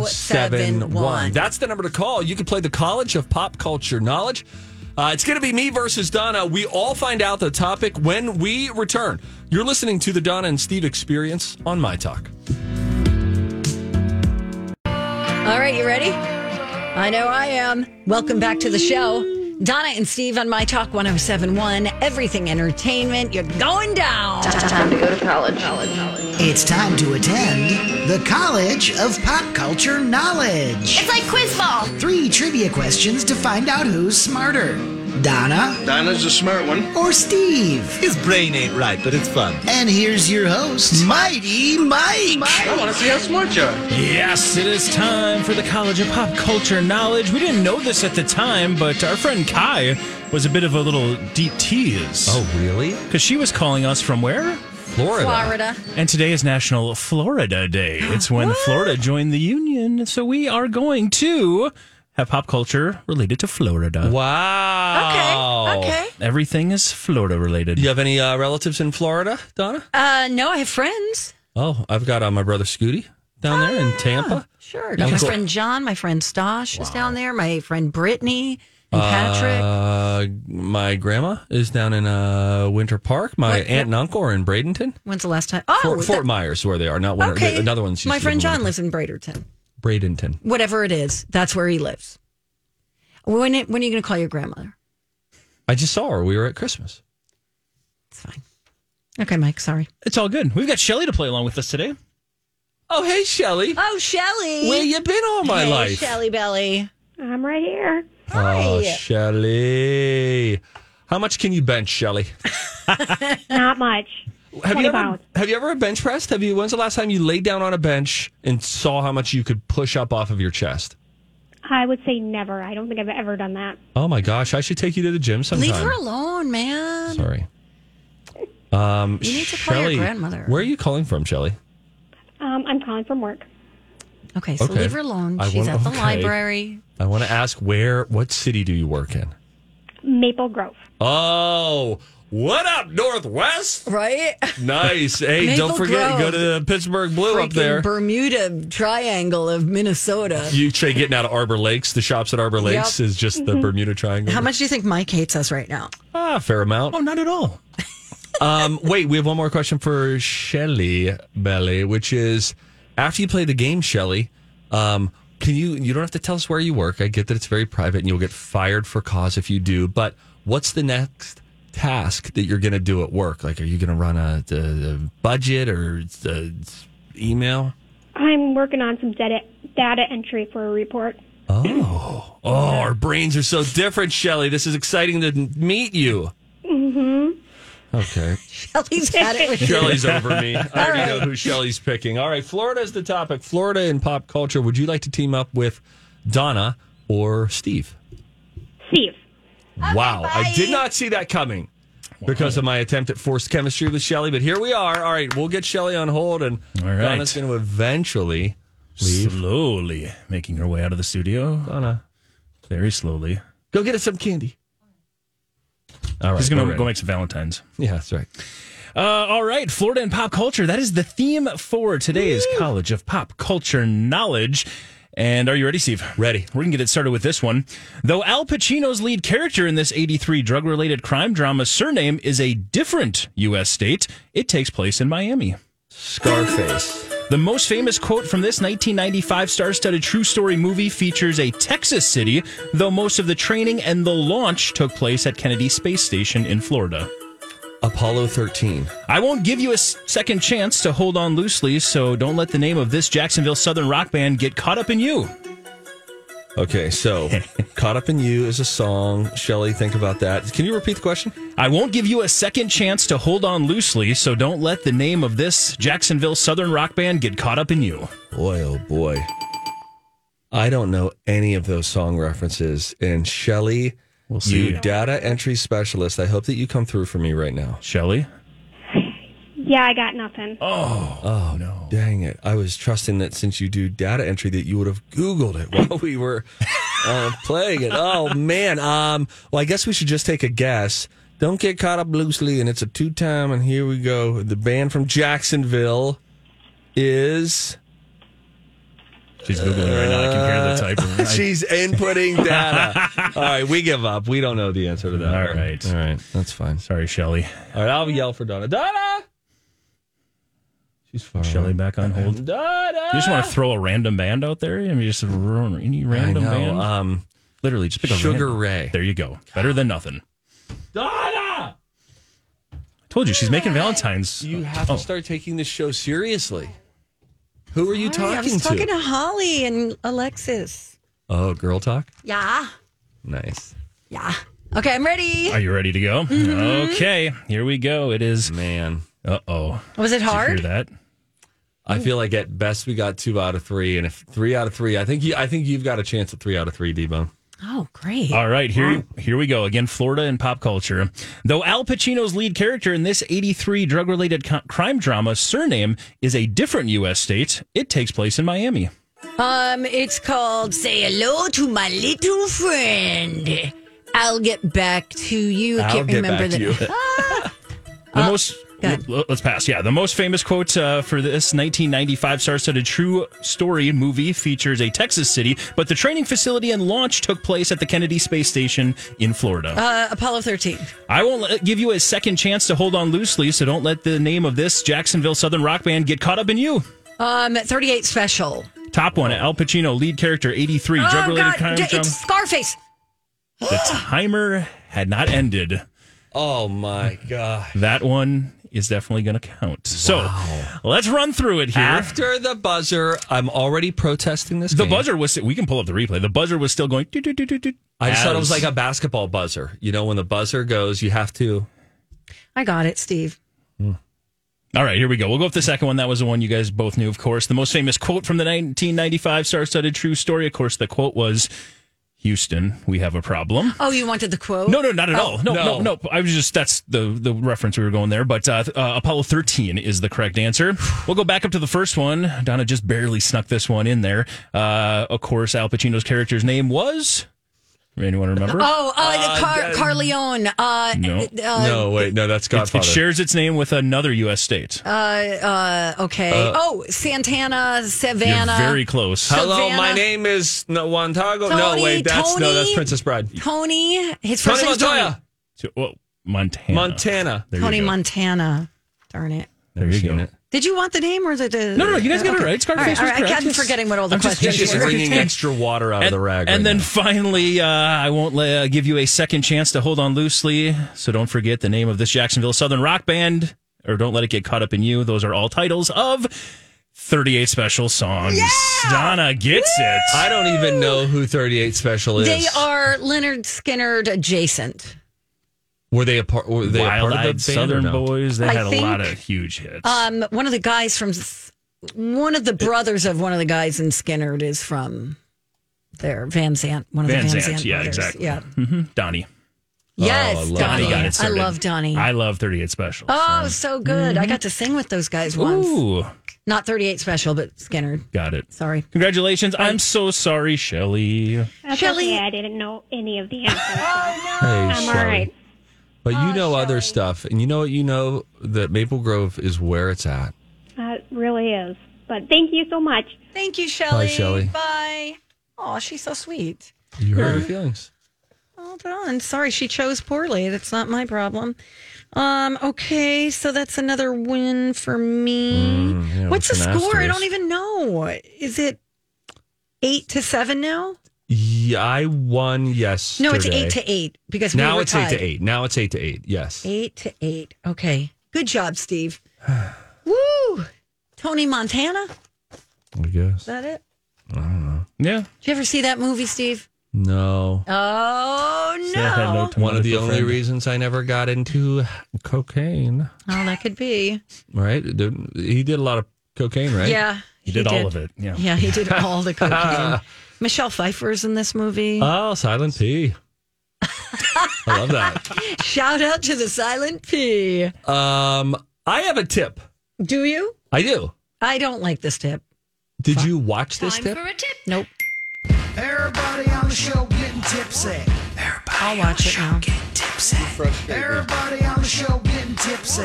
Speaker 2: 1071. That's the number to call. You can play the College of Pop Culture Knowledge. Uh, it's going to be me versus Donna. We all find out the topic when we return. You're listening to the Donna and Steve experience on My Talk.
Speaker 1: All right, you ready? I know I am. Welcome back to the show. Donna and Steve on My Talk 1071, Everything Entertainment. You're going down. Time to go to college.
Speaker 4: It's time to attend the College of Pop Culture Knowledge. It's like quiz ball. Three trivia questions to find out who's smarter. Donna
Speaker 11: Dinah's a smart one.
Speaker 4: or Steve?
Speaker 11: His brain ain't right, but it's fun.
Speaker 4: And here's your host, Mighty Mike.
Speaker 11: I want to see how smart you are.
Speaker 3: Yes, it is time for the College of Pop Culture Knowledge. We didn't know this at the time, but our friend Kai was a bit of a little deep tease. Oh,
Speaker 2: really?
Speaker 3: Because she was calling us from where?
Speaker 2: Florida.
Speaker 1: Florida.
Speaker 3: And today is National Florida Day. It's when Florida joined the Union. So we are going to have pop culture related to Florida.
Speaker 2: Wow. Okay.
Speaker 1: okay.
Speaker 3: Everything is Florida related.
Speaker 2: Do you have any uh, relatives in Florida, Donna?
Speaker 1: Uh, no, I have friends. Ah,
Speaker 2: Oh, I've got uh, my brother Scooty down there in Tampa.
Speaker 1: Sure.
Speaker 2: Yeah,
Speaker 1: my
Speaker 2: cool.
Speaker 1: friend John, my friend Stosh is down there, my friend Brittany and Patrick.
Speaker 2: Uh, my grandma is down in uh, Winter Park. My
Speaker 1: What-
Speaker 2: aunt and uncle are in Bradenton.
Speaker 1: When's the last time? Oh,
Speaker 2: Fort,
Speaker 1: that-
Speaker 2: Fort Myers, where they are. Not Winter.
Speaker 1: okay.
Speaker 2: Another one's
Speaker 1: My
Speaker 2: used to
Speaker 1: friend
Speaker 2: live in
Speaker 1: John lives in Braderton.
Speaker 2: Bradenton.
Speaker 1: Whatever it is, that's where he lives. When, it, when are you going to call your grandmother?
Speaker 2: I just saw her. We were at Christmas.
Speaker 1: Okay, Mike, sorry.
Speaker 3: It's all good. We've got Shelly to play along with us today.
Speaker 2: Oh, hey, Shelly.
Speaker 1: Oh, Shelly.
Speaker 2: Where you been all my
Speaker 1: hey,
Speaker 2: life?
Speaker 1: Shelly Belly.
Speaker 6: I'm right here.
Speaker 2: Oh, Shelly. How much can you bench, Shelly?
Speaker 6: Not much.
Speaker 2: Have
Speaker 6: 20
Speaker 2: you ever
Speaker 6: pounds.
Speaker 2: have you ever bench pressed? Have you? When's the last time you laid down on a bench and saw how much you could push up off of your chest?
Speaker 6: I would say never. I don't think I've ever done that.
Speaker 2: Oh my gosh! I should take you to the gym sometime.
Speaker 1: Leave her alone, man.
Speaker 2: Sorry. Um,
Speaker 6: You need to call
Speaker 2: Shelly,
Speaker 6: your grandmother.
Speaker 2: Where are you calling from, Shelly?
Speaker 6: Um, I'm calling from work.
Speaker 1: Okay, so
Speaker 2: Okay.
Speaker 1: leave her alone.
Speaker 2: I
Speaker 1: She's
Speaker 2: wanna-
Speaker 1: at the
Speaker 2: okay.
Speaker 1: library.
Speaker 2: I want to ask where, what city do you work in?
Speaker 6: Maple Grove.
Speaker 2: Oh, what up, Northwest?
Speaker 1: Right? *laughs*
Speaker 2: Nice. Hey, don't
Speaker 1: Maple
Speaker 2: forget, you go
Speaker 1: Grove.
Speaker 2: to the Pittsburgh Blue up
Speaker 1: Freaking
Speaker 2: there.
Speaker 1: Bermuda Triangle of Minnesota.
Speaker 2: You try getting out of Arbor Lakes. The shops at Arbor Lakes
Speaker 1: Yep.
Speaker 2: is just the
Speaker 1: Mhm.
Speaker 2: Bermuda Triangle.
Speaker 1: *laughs* How much do you think Mike hates us right *laughs* now?
Speaker 2: Ah, fair amount.
Speaker 3: Oh, not at all.
Speaker 2: *laughs* um, wait, we have one more question for Shelly Belly, which is after you play the game, Shelly, um, can you you don't have to tell us where you work. I get that it's very private and you'll get fired for cause if you do, but what's the next task that you're going to do at work? Like, are you going to run a, a, a budget or a, email?
Speaker 6: I'm working on some data, data entry for a report.
Speaker 2: Oh, oh, our brains are so different, Shelly. This is exciting to meet you.
Speaker 6: Mm-hmm.
Speaker 2: Okay.
Speaker 1: Shelly's had it with you.
Speaker 2: Shelly's over me. I already
Speaker 1: right.
Speaker 2: know who Shelly's picking. All right, Florida is the topic. Florida in pop culture. Would you like to team up with Donna or Steve?
Speaker 6: Steve.
Speaker 2: wow, I did not see that coming because of my attempt at forced chemistry with Shelly. But here we are. All right, we'll get Shelly on hold, and
Speaker 3: right.
Speaker 2: Donna's going to eventually leave.
Speaker 3: Slowly making her way out of the studio.
Speaker 2: Donna.
Speaker 3: Very slowly.
Speaker 2: Go get us some candy. All right,
Speaker 3: She's going
Speaker 2: we're
Speaker 3: to
Speaker 2: ready.
Speaker 3: go make some Valentine's.
Speaker 2: Yeah, that's right.
Speaker 3: Uh, all right, Florida and pop culture. That is the theme for today's College of Pop Culture Knowledge. And are you ready, Steve? Ready. We're going to get it started with this one. Though Al Pacino's lead character in this 83 drug related crime drama surname is a different U.S. state, it takes place in Miami. Scarface. The most famous quote from this 1995 star studded true story movie features a Texas city, though most of the training and the launch took place at Kennedy Space Station in Florida. Apollo 13. I won't give you a s- second chance to hold on loosely, so don't let the name of this Jacksonville Southern rock band get caught up in you.
Speaker 2: Okay, so Caught Up in You is a song. Shelly, think about that. Can you repeat the question?
Speaker 3: I won't give you a second chance to hold on loosely, so don't let the name of this Jacksonville Southern rock band get caught up in you.
Speaker 2: Boy, oh boy. I don't know any of those song references. And Shelly,
Speaker 3: see.
Speaker 2: you data entry specialist, I hope that you come through for me right now.
Speaker 3: Shelly?
Speaker 10: Yeah, I got nothing. Oh.
Speaker 2: Oh, no. Dang it. I was trusting that since you do data entry that you would have Googled it while we were
Speaker 3: *laughs*
Speaker 2: uh, playing it. Oh, man. Um, well, I guess we should just take a guess. Don't get caught up loosely. And it's a two time. And here we go. The band from Jacksonville is.
Speaker 3: She's Googling right Oh, now. I can hear the *laughs* typing. I-
Speaker 2: uh, She's inputting data. All right. We give up. We don't know the answer to that.
Speaker 3: All right. All
Speaker 2: right. That's fine.
Speaker 3: Sorry, Shelly.
Speaker 2: All right. I'll yell for Donna. Donna! She's far
Speaker 3: Shelly back on hold.
Speaker 2: Donna!
Speaker 3: You just want to throw a random band out there? I mean, just run any random
Speaker 2: know,
Speaker 3: band.
Speaker 2: Um,
Speaker 3: Literally, just pick a
Speaker 2: Sugar
Speaker 3: random-
Speaker 2: Ray.
Speaker 3: There you go. Better than nothing.
Speaker 2: Donna!
Speaker 3: I told you she's making Valentine's. Oh,
Speaker 2: You have to start taking this show seriously. Who are you
Speaker 1: All right,
Speaker 2: talking
Speaker 1: I was
Speaker 2: to?
Speaker 1: talking to Holly and Alexis.
Speaker 2: oh, girl talk.
Speaker 1: Yeah.
Speaker 2: Nice.
Speaker 1: Yeah. Okay, I'm ready.
Speaker 3: Are you ready to go?
Speaker 2: Mm-hmm.
Speaker 1: Mhm.
Speaker 3: Okay, here we go. It is
Speaker 2: man.
Speaker 3: Uh oh.
Speaker 1: Was it hard?
Speaker 3: Hear that?
Speaker 2: I feel like at best we got two out of three, and if three out of three, I think you, I think you've got a chance at three out of three, Debo.
Speaker 1: Oh, great.
Speaker 3: All right, here here we go again. Florida and pop culture. Though Al Pacino's lead character in this '83 drug-related co- crime drama surname is a different U.S. state, it takes place in Miami.
Speaker 1: Um, it's called Say Hello to My Little Friend. I'll get back to you. I
Speaker 3: I'll
Speaker 1: can't
Speaker 3: get
Speaker 1: remember
Speaker 3: back
Speaker 1: the
Speaker 3: to you.
Speaker 1: *laughs* Ah!
Speaker 3: The most l- l- let's pass. Yeah, the most famous quote uh, for this 1995 star-studded true story movie features a Texas city, but the training facility and launch took place at the Kennedy Space Station in Florida.
Speaker 1: Uh, Apollo 13.
Speaker 3: I won't let, give you a second chance to hold on loosely, so don't let the name of this Jacksonville Southern rock band get caught up in you.
Speaker 1: Um, 38 Special.
Speaker 3: Top one, Al Pacino, lead character 83,
Speaker 1: Oh,
Speaker 3: drug related
Speaker 1: God,
Speaker 3: crime
Speaker 1: d-
Speaker 3: drama.
Speaker 1: It's Scarface.
Speaker 3: The timer had not ended.
Speaker 2: Oh my god!
Speaker 3: That one is definitely going to count. So let's run through it here.
Speaker 2: After the buzzer, I'm already protesting this.
Speaker 3: the
Speaker 2: game.
Speaker 3: buzzer was, we can pull up the replay. The buzzer was still going. "Doo, doo, doo, doo, doo,"
Speaker 2: I just thought it was
Speaker 3: as-
Speaker 2: like a basketball buzzer. You know, when the buzzer goes, you have to.
Speaker 1: I got it, Steve.
Speaker 3: Hmm. All right, here we go. We'll go with the second one. That was the one you guys both knew, of course. The most famous quote from the 1995 star studded true story. Of course, the quote was Houston, we have a problem.
Speaker 1: Oh, you wanted the quote?
Speaker 3: No, no, not at
Speaker 1: Oh.
Speaker 3: all. No, no, no, I was just that's the the reference we were going there. But uh, uh, Apollo 13 is the correct answer. We'll go back up to the first one. Donna just barely snuck this one in there. Uh, of course, Al Pacino's character's name was. Anyone remember?
Speaker 1: Oh, uh, the Car-
Speaker 2: Uh,
Speaker 1: Carleone. Uh,
Speaker 3: No.
Speaker 1: uh,
Speaker 2: no, wait, no, that's
Speaker 3: It, it
Speaker 2: Godfather.
Speaker 3: shares its name with another U.S. state.
Speaker 1: Uh, uh, okay.
Speaker 2: Uh,
Speaker 1: oh, Santana, Savannah.
Speaker 3: You're very close.
Speaker 2: Hello,
Speaker 1: Savannah.
Speaker 2: my name is No Wantago.
Speaker 1: Tony,
Speaker 2: no, wait, that's no, that's
Speaker 1: Tony.
Speaker 2: Princess Bride.
Speaker 1: Tony. His first
Speaker 2: Tony
Speaker 1: name is
Speaker 2: Montoya,
Speaker 3: So- well, oh, Montana.
Speaker 2: Montana.
Speaker 3: There you
Speaker 1: Tony
Speaker 3: go.
Speaker 1: Montana. Darn it.
Speaker 3: There you go.
Speaker 1: Did you want the name or is it? A,
Speaker 3: No, no, you guys got it right. Scarface was
Speaker 1: I
Speaker 3: correct.
Speaker 1: kept
Speaker 3: Yes.
Speaker 1: forgetting what all the
Speaker 3: I'm just-
Speaker 1: questions
Speaker 2: He's just
Speaker 3: Yes.
Speaker 1: were.
Speaker 2: wringing extra water out of the rag.
Speaker 3: And
Speaker 2: right
Speaker 3: then
Speaker 2: now.
Speaker 3: finally, uh, I won't le- uh, give you a second chance to hold on loosely. So don't forget the name of this Jacksonville Southern rock band, or don't let it get caught up in you. Those are all titles of 38 special songs. Donna gets it.
Speaker 2: I don't even know who 38 Special is.
Speaker 1: They are Leonard Skinner adjacent.
Speaker 2: Were they a part? Were they a part of the
Speaker 3: Wild-eyed
Speaker 2: band
Speaker 3: Southern
Speaker 2: or no?
Speaker 3: Boys. They
Speaker 1: I
Speaker 3: had a
Speaker 1: think-
Speaker 3: lot of huge hits.
Speaker 1: Um, one of the guys from one of the brothers of one of the guys in Skinner is from there. Van Zant. One of
Speaker 3: Van
Speaker 1: the Van
Speaker 3: Zant,
Speaker 1: Zant.
Speaker 3: yeah,
Speaker 1: brothers.
Speaker 3: exactly.
Speaker 1: Yeah.
Speaker 3: hmm Donnie. Oh,
Speaker 1: Yes,
Speaker 2: I love
Speaker 1: Donnie.
Speaker 3: Donnie got it
Speaker 1: I
Speaker 3: started.
Speaker 1: love Donnie.
Speaker 3: I love 38 special.
Speaker 1: oh, so good. I got to sing with those guys once.
Speaker 3: Ooh,
Speaker 1: Not 38 special, but Skinner.
Speaker 3: got it.
Speaker 1: Sorry.
Speaker 3: Congratulations. I'm so sorry, Shelly.
Speaker 10: That's
Speaker 1: Shelley-
Speaker 10: okay. I didn't know any of the answers.
Speaker 2: Hey,
Speaker 10: I'm all
Speaker 2: Shelley.
Speaker 10: right.
Speaker 2: But
Speaker 1: Oh,
Speaker 2: you know other stuff, and you know what? You know that Maple Grove is where it's at.
Speaker 10: Uh, it really is. But thank you so much.
Speaker 1: Thank you, Shelly.
Speaker 2: Shelley.
Speaker 1: Bye. Oh, she's so sweet.
Speaker 2: You hurt her feelings.
Speaker 1: Hold on. Sorry, she chose poorly. That's not my problem. Um, okay, so that's another win for me.
Speaker 2: Mm, yeah,
Speaker 1: What's the
Speaker 2: with an
Speaker 1: score? I don't
Speaker 2: asterisk.
Speaker 1: even know. Is it eight to seven now?
Speaker 2: Yeah, I won yesterday.
Speaker 1: No, it's eight to eight because we
Speaker 2: now
Speaker 1: were
Speaker 2: it's
Speaker 1: tied.
Speaker 2: eight to eight. Now it's eight to eight. Yes.
Speaker 1: Eight to eight. Okay. Good
Speaker 2: *sighs*
Speaker 1: job, Steve. Woo! Tony Montana? Is
Speaker 2: I guess.
Speaker 1: that it?
Speaker 2: I don't know. Yeah.
Speaker 1: Did you ever see that movie, Steve?
Speaker 2: No.
Speaker 1: Oh no.
Speaker 2: One of the
Speaker 3: for
Speaker 2: only
Speaker 3: friend.
Speaker 2: reasons I never got into cocaine.
Speaker 1: Oh, that could be.
Speaker 2: Right? The- He did a lot of cocaine, right?
Speaker 1: Yeah.
Speaker 2: He did all of it, yeah.
Speaker 1: Yeah, he did all
Speaker 2: *laughs*
Speaker 1: the cocaine. Michelle Pfeiffer's in this movie.
Speaker 2: Oh, Silent P. I love that.
Speaker 1: Shout out to the Silent P.
Speaker 2: Um, I have a tip.
Speaker 1: Do you?
Speaker 2: I do.
Speaker 1: I don't like this tip.
Speaker 2: Did you watch this tip?
Speaker 1: a tip? Nope.
Speaker 4: Everybody on the show getting tipsy.
Speaker 1: I'll watch it now.
Speaker 4: Tipsy. Everybody on the show getting tipsy.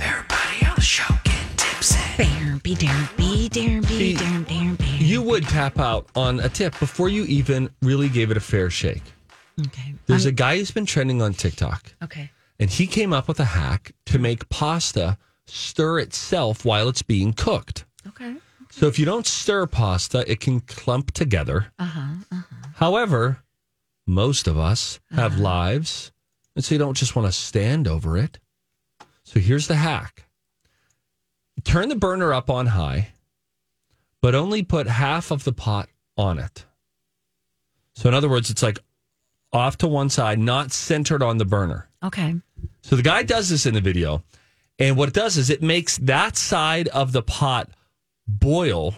Speaker 4: Everybody on the show getting tipsy.
Speaker 1: Bear, be dare, be dare, be dare, dare, be.
Speaker 2: You would tap out on a tip before you even really gave it a fair shake.
Speaker 1: Okay.
Speaker 2: There's a guy who's been trending on TikTok,
Speaker 1: Okay.
Speaker 2: and he came up with a hack to make pasta stir itself while it's being cooked.
Speaker 1: Okay.
Speaker 2: So if you don't stir pasta, it can clump together.
Speaker 1: Uh huh.
Speaker 12: Uh-huh.
Speaker 2: However, most of us have lives, and so you don't just want to stand over it. So here's the hack turn the burner up on high, but only put half of the pot on it. So, in other words, it's like off to one side, not centered on the burner.
Speaker 1: Okay.
Speaker 2: So the guy does this in the video, and what it does is it makes that side of the pot boil,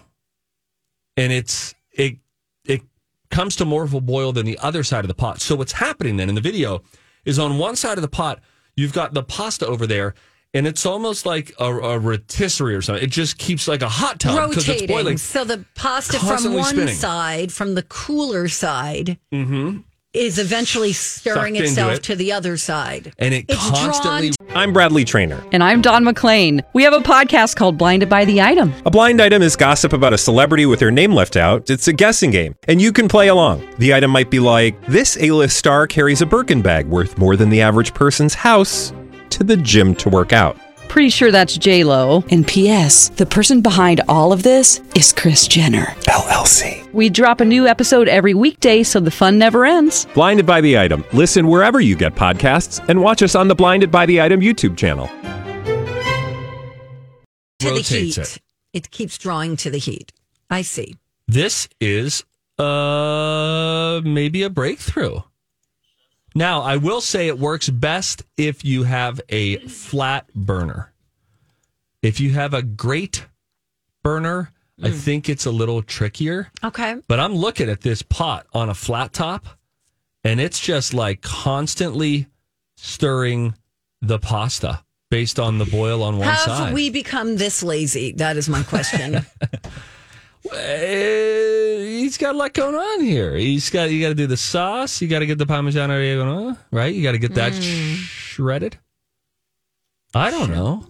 Speaker 2: and it's it it comes to more of a boil than the other side of the pot. So what's happening then in the video is on one side of the pot you've got the pasta over there. And it's almost like a, a rotisserie or something. It just keeps like a hot tub because it's
Speaker 1: Rotating.
Speaker 2: boiling.
Speaker 1: so the pasta from
Speaker 2: Constantly
Speaker 1: one
Speaker 2: spinning.
Speaker 1: side, from the cooler side,
Speaker 2: Mm-hmm.
Speaker 1: is eventually stirring
Speaker 12: Sucked into
Speaker 1: itself
Speaker 12: it.
Speaker 1: to the other side.
Speaker 2: And it
Speaker 1: It's constantly- drawn-
Speaker 12: I'm Bradley Trainer.
Speaker 13: And I'm Don McClain. We have a podcast called Blinded by the Item.
Speaker 12: A blind item is gossip about a celebrity with their name left out. It's a guessing game, and you can play along. The item might be like this: A-list star carries a Birkin bag worth more than the average person's house to the gym to work out.
Speaker 13: Pretty sure that's J Lo. And P.S. The person behind all of this is Chris Jenner
Speaker 12: LLC.
Speaker 13: We drop a new episode every weekday, so the fun never ends.
Speaker 12: Blinded by the item. Listen wherever you get podcasts, and watch us on the Blinded by the Item YouTube channel.
Speaker 1: to the
Speaker 2: Rotates
Speaker 1: heat.
Speaker 2: it.
Speaker 1: It keeps drawing to the heat. I see.
Speaker 2: this is uh maybe a breakthrough now i will say it works best if you have a flat burner if you have a grate burner i
Speaker 1: Mm.
Speaker 2: think it's a little trickier
Speaker 1: Okay.
Speaker 2: but i'm looking at this pot on a flat top and it's just like constantly stirring the pasta based on the boil on one
Speaker 1: Have
Speaker 2: side
Speaker 1: we become this lazy? That is my
Speaker 2: *laughs*
Speaker 1: question.
Speaker 2: Uh, he's got a lot going on here. He's got you got to do the sauce. You got to get the Parmigiano Reggiano, right? You got to get that
Speaker 1: Mm.
Speaker 2: shredded. I don't know,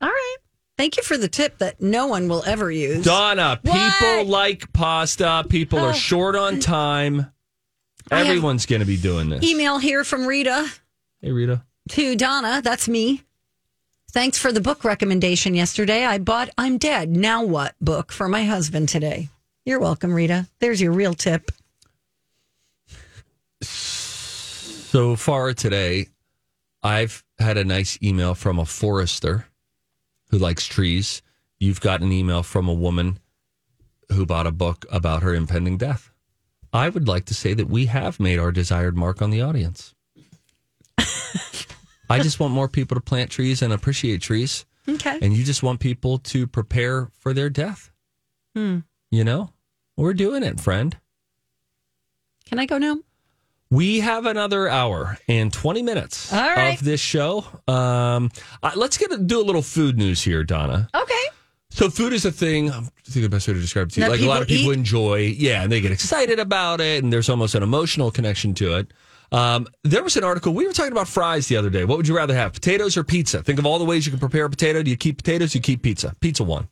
Speaker 1: All right. Thank you for the tip that no one will ever use.
Speaker 2: Donna. People
Speaker 1: What?
Speaker 2: like pasta. People
Speaker 1: Oh.
Speaker 2: are short on time.
Speaker 1: I have-
Speaker 2: Everyone's going to be doing this.
Speaker 1: Email here from Rita
Speaker 2: Hey, Rita.
Speaker 1: to Donna. That's me. Thanks for the book recommendation yesterday. I bought I'm Dead, Now What book for my husband today. You're welcome, Rita. There's your real tip.
Speaker 2: So far today, I've had a nice email from a forester who likes trees. You've got an email from a woman who bought a book about her impending death. I would like to say that we have made our desired mark on the audience. I just want more people to plant trees and appreciate trees.
Speaker 1: Okay.
Speaker 2: And you just want people to prepare for their death.
Speaker 1: Hmm.
Speaker 2: You know, we're doing it, friend.
Speaker 1: Can I go now?
Speaker 2: We have another hour and 20 minutes
Speaker 1: All right.
Speaker 2: of this show. Um, uh, let's get a, do a little food news here, Donna.
Speaker 1: Okay.
Speaker 2: So food is a thing. um, I think the best way to describe it to you,
Speaker 1: That
Speaker 2: like a lot of
Speaker 1: people
Speaker 2: people
Speaker 1: eat?
Speaker 2: enjoy, yeah, and they get excited about it, and there's almost an emotional connection to it. Um, there was an article we were talking about fries the other day. What would you rather have, potatoes or pizza? Think of all the ways you can prepare a potato. Do you keep potatoes? You keep pizza. Pizza one.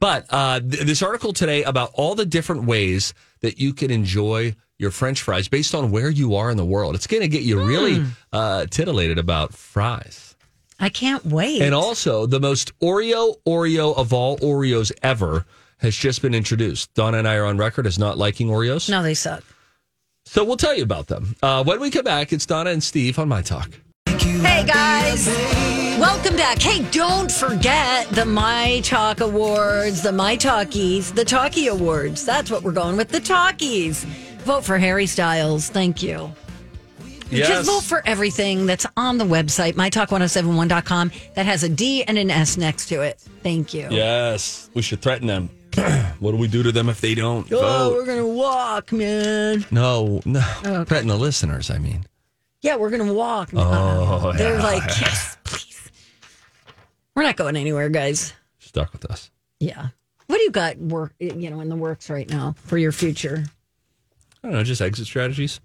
Speaker 2: But uh, th- this article today about all the different ways that you can enjoy your French fries based on where you are in the world. It's going to get you really
Speaker 1: Hmm.
Speaker 2: uh, titillated about fries.
Speaker 1: I can't wait.
Speaker 2: And also, the most Oreo Oreo of all Oreos ever has just been introduced. Donna and I are on record as not liking Oreos.
Speaker 1: No, they suck.
Speaker 2: So we'll tell you about them. Uh, when we come back, it's Donna and Steve on My Talk.
Speaker 1: Hey guys, welcome back. Hey, don't forget the My Talk Awards, the My Talkies, the Talkie Awards. That's what we're going with the Talkies. Vote for Harry Styles. Thank you. Just vote for everything that's on the website, mytalk1071.com, that has a D and an S next to it. Thank you.
Speaker 2: Yes, we should threaten them. *clears throat* what do we do to them if they don't
Speaker 1: Oh,
Speaker 2: vote?
Speaker 1: we're going to walk, man.
Speaker 2: No, no.
Speaker 1: Okay.
Speaker 2: Threaten the listeners, I mean.
Speaker 1: Yeah, we're going to walk.
Speaker 2: Oh,
Speaker 1: They're
Speaker 2: yeah.
Speaker 1: like, yes, please. We're not going anywhere, guys.
Speaker 2: Stuck with us.
Speaker 1: Yeah. What do you got work, you know, in the works right now for your future?
Speaker 2: I don't know, just exit strategies.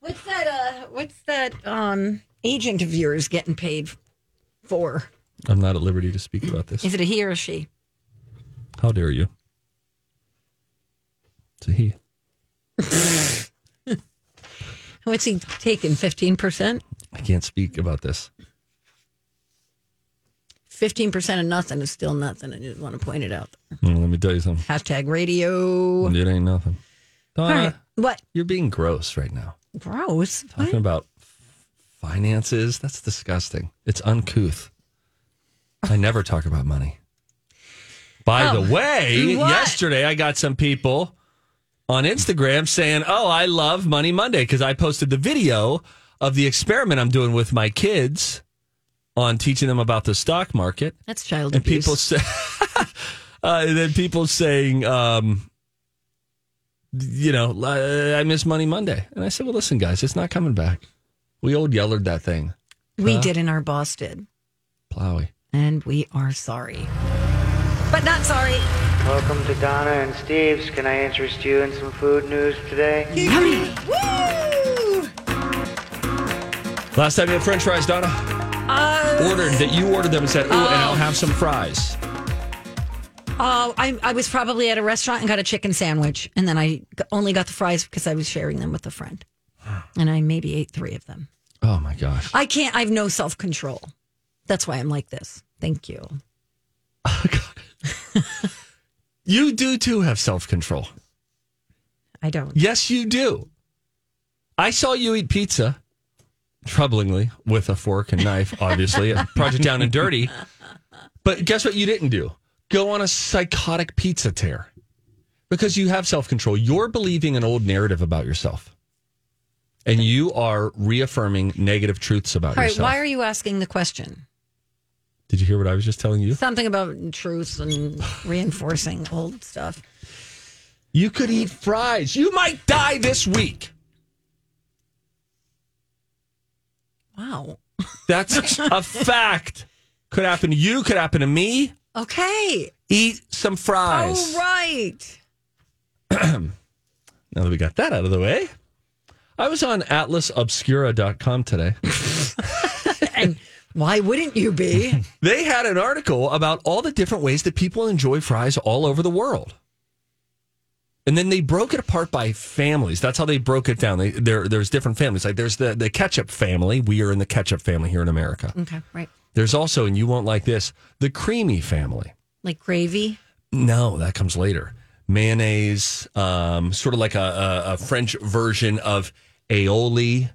Speaker 1: What's that? Uh, what's that? Um, agent of yours getting paid for?
Speaker 2: I'm not at liberty to speak about this.
Speaker 1: Is it a he or a she?
Speaker 2: How dare you? It's a he.
Speaker 1: What's he taking? Fifteen percent?
Speaker 2: I can't speak about this.
Speaker 1: Fifteen percent of nothing is still nothing. I just want to point it out.
Speaker 2: Mm, let me tell you something.
Speaker 1: Hashtag radio.
Speaker 2: It ain't nothing. Donna,
Speaker 1: All right. What?
Speaker 2: you're being gross right now.
Speaker 1: Gross.
Speaker 2: Talking about f- finances. That's disgusting. It's uncouth. I never talk about money. By
Speaker 3: Oh,
Speaker 2: the way,
Speaker 3: what?
Speaker 2: yesterday I got some people on Instagram saying, Oh, I love Money Monday because I posted the video of the experiment I'm doing with my kids on teaching them about the stock market.
Speaker 1: That's child
Speaker 2: and
Speaker 1: abuse.
Speaker 2: people say, *laughs* uh, and then people saying, um, you know, "Uh, I miss Money Monday. And I said, well, listen, guys, it's not coming back. We old yellered that thing.
Speaker 1: we
Speaker 2: Huh?
Speaker 1: did, and our boss did,
Speaker 2: Plowy.
Speaker 1: and we are sorry, but not sorry.
Speaker 14: Welcome to Donna and Steve's. Can I interest you in some food news today?
Speaker 1: Woo!
Speaker 2: Last time you had French fries, Donna,
Speaker 1: Uh,
Speaker 2: ordered that you ordered them and said, oh, and
Speaker 1: Oh.
Speaker 2: I'll have some fries.
Speaker 1: Oh, I, I was probably at a restaurant and got a chicken sandwich, and then I g- only got the fries because I was sharing them with a friend, and I maybe ate three of them.
Speaker 2: Oh, my
Speaker 1: *laughs*
Speaker 2: gosh.
Speaker 1: I can't. I have no self control. That's why I'm like this. Thank you.
Speaker 2: You do too have self control.
Speaker 1: I don't.
Speaker 2: Yes, you do. I saw you eat pizza, troublingly, with a fork and knife, obviously, at Project Down and Dirty. But guess what you didn't do? Go on a psychotic pizza tear because you have self control. You're believing an old narrative about yourself and you are reaffirming negative truths about
Speaker 1: All right.
Speaker 2: yourself.
Speaker 1: Why are you asking the question?
Speaker 2: Did you hear what I was just telling you?
Speaker 1: Something about
Speaker 2: *sighs*
Speaker 1: truth and reinforcing old stuff.
Speaker 2: You could eat fries. You might die this week.
Speaker 1: Wow. *laughs*
Speaker 2: That's a fact. Could happen to you, could happen to me.
Speaker 1: Okay.
Speaker 2: Eat some fries.
Speaker 1: All right.
Speaker 2: Now that we got that out of the way, I was on atlasobscura.com today.
Speaker 1: Why wouldn't you
Speaker 2: *laughs*
Speaker 1: be?
Speaker 2: *laughs* They had an article about all the different ways that people enjoy fries all over the world. And then they broke it apart by families. That's how they broke it down. They, there, there's different families. Like there's the, the ketchup family. We are in the ketchup family here in America.
Speaker 1: okay. Right.
Speaker 2: There's also, and you won't like this, the creamy family.
Speaker 1: Like gravy.
Speaker 2: No, that comes later. Mayonnaise, um, sort of like a, a, a French version of aioli,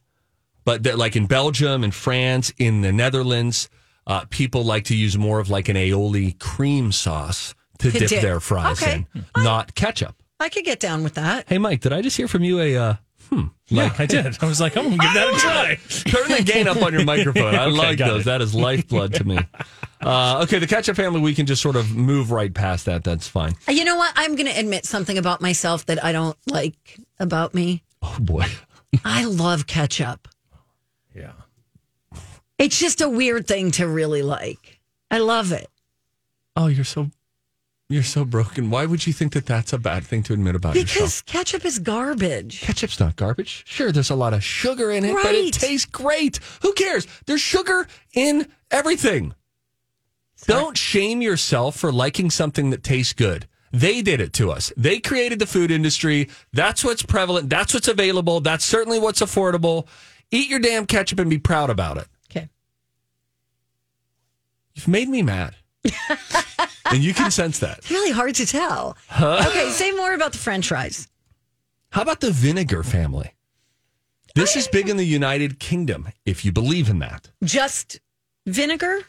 Speaker 2: but that, like in Belgium and France, in the Netherlands, uh, people like to use more of like an aioli cream sauce to
Speaker 1: To
Speaker 2: dip,
Speaker 1: dip.
Speaker 2: their fries
Speaker 1: Okay.
Speaker 2: in, not ketchup.
Speaker 1: I could get down with that.
Speaker 2: Hey, Mike, did I just hear from you a uh, hmm? Like,
Speaker 3: I
Speaker 2: *laughs*
Speaker 3: did. *laughs* I was like, "Oh, I'm gonna give that a try.
Speaker 2: Turn the gain up on your microphone. I
Speaker 3: *laughs* Okay,
Speaker 2: like
Speaker 3: got
Speaker 2: those.
Speaker 3: it.
Speaker 2: That is
Speaker 3: *laughs*
Speaker 2: lifeblood to me. Uh, okay, the ketchup family, we can just sort of move right past that. That's fine.
Speaker 1: You know what? I'm going to admit something about myself that I don't like about
Speaker 2: *laughs*
Speaker 1: me.
Speaker 2: Oh, boy.
Speaker 1: I love ketchup.
Speaker 2: Yeah.
Speaker 1: It's just a weird thing to really like. I love it.
Speaker 2: Oh, you're so you're so broken. Why would you think that that's a bad thing to admit about
Speaker 1: Because
Speaker 2: yourself?
Speaker 1: ketchup is garbage.
Speaker 2: Ketchup's not garbage. Sure, there's a lot of sugar in it, but it
Speaker 1: Right.
Speaker 2: tastes great. Who cares? There's sugar in everything. Don't shame yourself for liking something that tastes good. They did it to us. They created the food industry. That's what's prevalent. That's what's available. That's certainly what's affordable. Eat your damn ketchup and be proud about it.
Speaker 1: Okay.
Speaker 2: You've made me
Speaker 1: *laughs*
Speaker 2: mad. and you can sense that.
Speaker 1: It's really hard to tell.
Speaker 2: Huh?
Speaker 1: Okay, say more about the french fries.
Speaker 2: How about the vinegar family? This is big in the United Kingdom, if you believe in that.
Speaker 1: Just vinegar?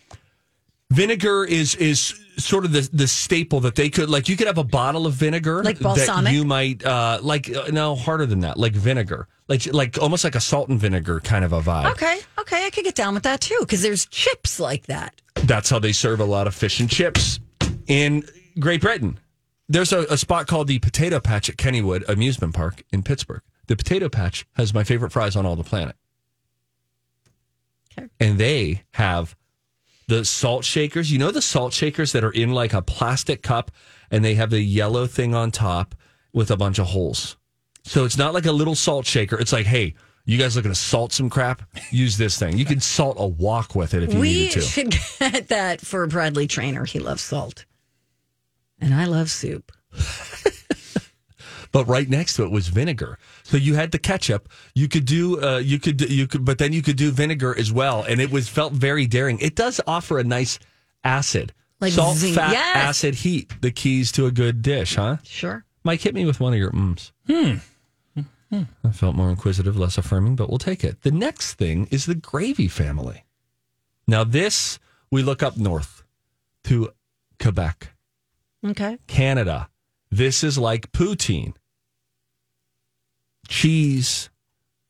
Speaker 2: Vinegar is is sort of the the staple that they could like. You could have a bottle of vinegar,
Speaker 1: Like balsamic?
Speaker 2: That you might uh, like uh, no harder than that, like vinegar, like like almost like a salt and vinegar kind of a vibe.
Speaker 1: Okay, okay, I could get down with that too because there's chips like that.
Speaker 2: That's how they serve a lot of fish and chips in Great Britain. There's a, a spot called the Potato Patch at Kennywood Amusement Park in Pittsburgh. The Potato Patch has my favorite fries on all the planet. And they have the salt shakers. You know the salt shakers that are in like a plastic cup and they have the yellow thing on top with a bunch of holes. So it's not like a little salt shaker. It's like, hey, you guys looking to salt some crap? Use this thing. You can salt a wok with it if you
Speaker 1: we
Speaker 2: needed to.
Speaker 1: should *laughs* get that for Bradley Trainer. He loves salt, and I love soup.
Speaker 2: but right next to it was vinegar. So you had the ketchup. You could do, uh, you could, you could, but then you could do vinegar as well, and it was felt very daring. It does offer a nice acid,
Speaker 1: Like
Speaker 2: salt,
Speaker 1: zing-
Speaker 2: fat,
Speaker 1: Yes.
Speaker 2: acid, heat. The keys to a good dish, huh?
Speaker 1: Sure.
Speaker 2: Mike, hit me with one of your mms.
Speaker 3: Hmm.
Speaker 2: I felt more inquisitive, less affirming, but we'll take it. The next thing is the gravy family. Now this we look up north to Quebec.
Speaker 1: Okay.
Speaker 2: Canada. This is like poutine. Cheese,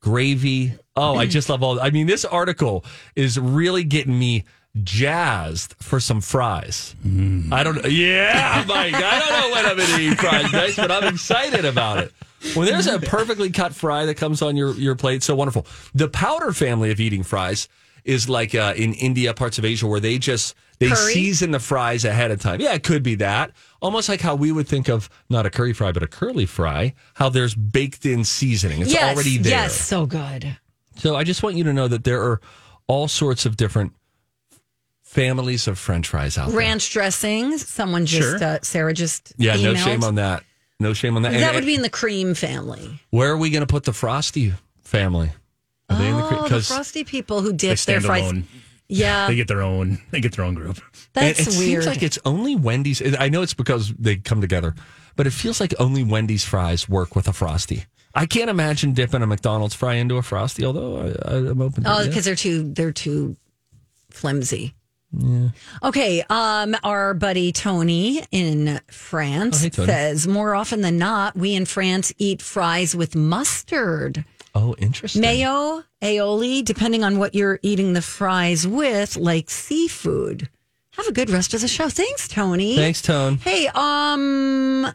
Speaker 2: gravy. Oh, I just love all. I mean, this article is really getting me jazzed for some fries. I don't. Yeah, *laughs* Mike. I don't know when I'm going to eat fries next, but I'm excited about it. When there's a perfectly cut fry that comes on your your plate, so wonderful. The powder family of eating fries is like uh, in India, parts of Asia, where they just they
Speaker 15: Curry?
Speaker 2: season the fries ahead of time. Yeah, it could be that. Almost like how we would think of not a curry fry, but a curly fry. How there's baked in seasoning. It's
Speaker 1: yes,
Speaker 2: already there.
Speaker 1: Yes, so good.
Speaker 2: So I just want you to know that there are all sorts of different families of French fries out there.
Speaker 1: Ranch dressing. Someone just
Speaker 2: Sure.
Speaker 1: uh, Sarah just
Speaker 2: Yeah, no
Speaker 1: emailed.
Speaker 2: shame on that. No shame on that. And-
Speaker 1: That would be in the cream family.
Speaker 2: where are we going to put the Frosty family? Are they in
Speaker 1: Oh, the
Speaker 2: Because
Speaker 1: frosty people who
Speaker 2: they
Speaker 1: dip their
Speaker 2: stand
Speaker 1: fries.
Speaker 2: alone.
Speaker 1: Yeah,
Speaker 2: They
Speaker 3: They get their own. They get their own group.
Speaker 1: That's
Speaker 2: And it
Speaker 1: weird.
Speaker 2: seems like it's only Wendy's. I know it's because they come together, but it feels like only Wendy's fries work with a Frosty. I can't imagine dipping a McDonald's fry into a Frosty, although I, I, I'm open to
Speaker 1: oh,
Speaker 2: it.
Speaker 1: because they're too they're too flimsy.
Speaker 2: Yeah.
Speaker 1: Okay, um, our buddy Tony in France
Speaker 2: Oh, hey, Tony.
Speaker 1: says more often than not, we in France eat fries with mustard,
Speaker 2: Oh, interesting.
Speaker 1: mayo, aioli, depending on what you're eating the fries with, like seafood. Have a good rest of the show. Thanks, Tony.
Speaker 2: Thanks, Tone.
Speaker 1: Hey, um,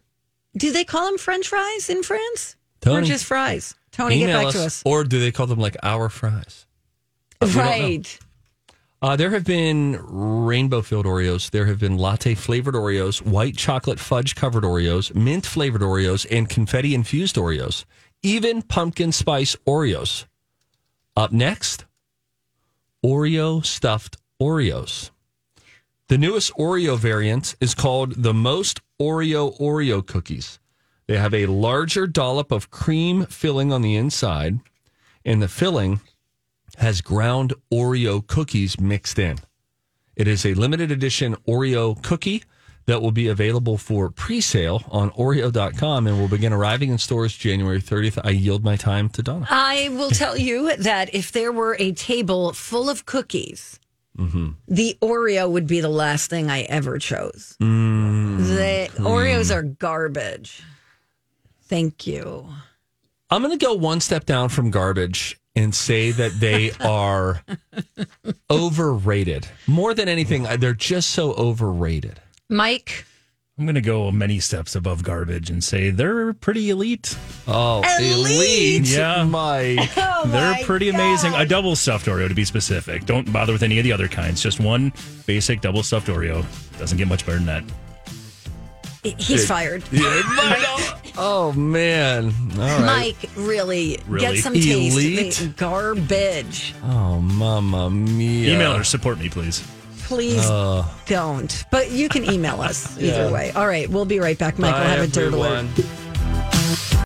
Speaker 1: do they call them French fries in France? Or
Speaker 2: Tony.
Speaker 1: just fries? Tony, get
Speaker 2: Email
Speaker 1: back to us.
Speaker 2: Or do they call them like our fries? We don't know.
Speaker 1: Right.
Speaker 2: Uh, there have been rainbow filled Oreos. There have been latte flavored Oreos, white chocolate fudge covered Oreos, mint flavored Oreos, and confetti infused Oreos, even pumpkin spice Oreos. Up next, Oreo stuffed Oreos. The newest Oreo variant is called the Most Oreo Oreo Cookies. They have a larger dollop of cream filling on the inside, and the filling has ground Oreo cookies mixed in. It is a limited edition Oreo cookie that will be available for pre sale on Oreo.com and will begin arriving in stores January 30th. I yield my time to Donna.
Speaker 1: I will tell you that if there were a table full of cookies,
Speaker 2: Mhm.
Speaker 1: the Oreo would be the last thing I ever chose.
Speaker 2: Mm-hmm.
Speaker 1: The Oreos are garbage. Thank you.
Speaker 2: I'm going to go one step down from garbage and say that
Speaker 1: *laughs*
Speaker 2: they are overrated. More than anything, they're just so overrated.
Speaker 1: Mike,
Speaker 3: I'm going to go many steps above garbage and say they're pretty elite.
Speaker 2: Oh,
Speaker 1: Elite? elite,
Speaker 3: Yeah.
Speaker 2: Mike.
Speaker 1: *laughs* Oh
Speaker 3: they're
Speaker 1: my
Speaker 3: pretty amazing. A double stuffed Oreo, to be specific. Don't bother with any of the other kinds. Just one basic double stuffed Oreo. Doesn't get much better than that.
Speaker 1: he's
Speaker 3: It-
Speaker 1: fired. *laughs*
Speaker 2: oh, man. All right.
Speaker 1: Mike, really,
Speaker 2: Really?
Speaker 1: get some taste.
Speaker 2: Elite?
Speaker 1: They- Garbage.
Speaker 2: Oh, mama mia.
Speaker 3: Emailers, support me, please.
Speaker 1: Please
Speaker 2: Ugh.
Speaker 1: don't. But you can email us either
Speaker 2: Uh. *laughs* Yeah.
Speaker 1: way. All right, we'll be right back. Michael,
Speaker 2: Bye,
Speaker 1: have a dirt alert.
Speaker 2: everyone.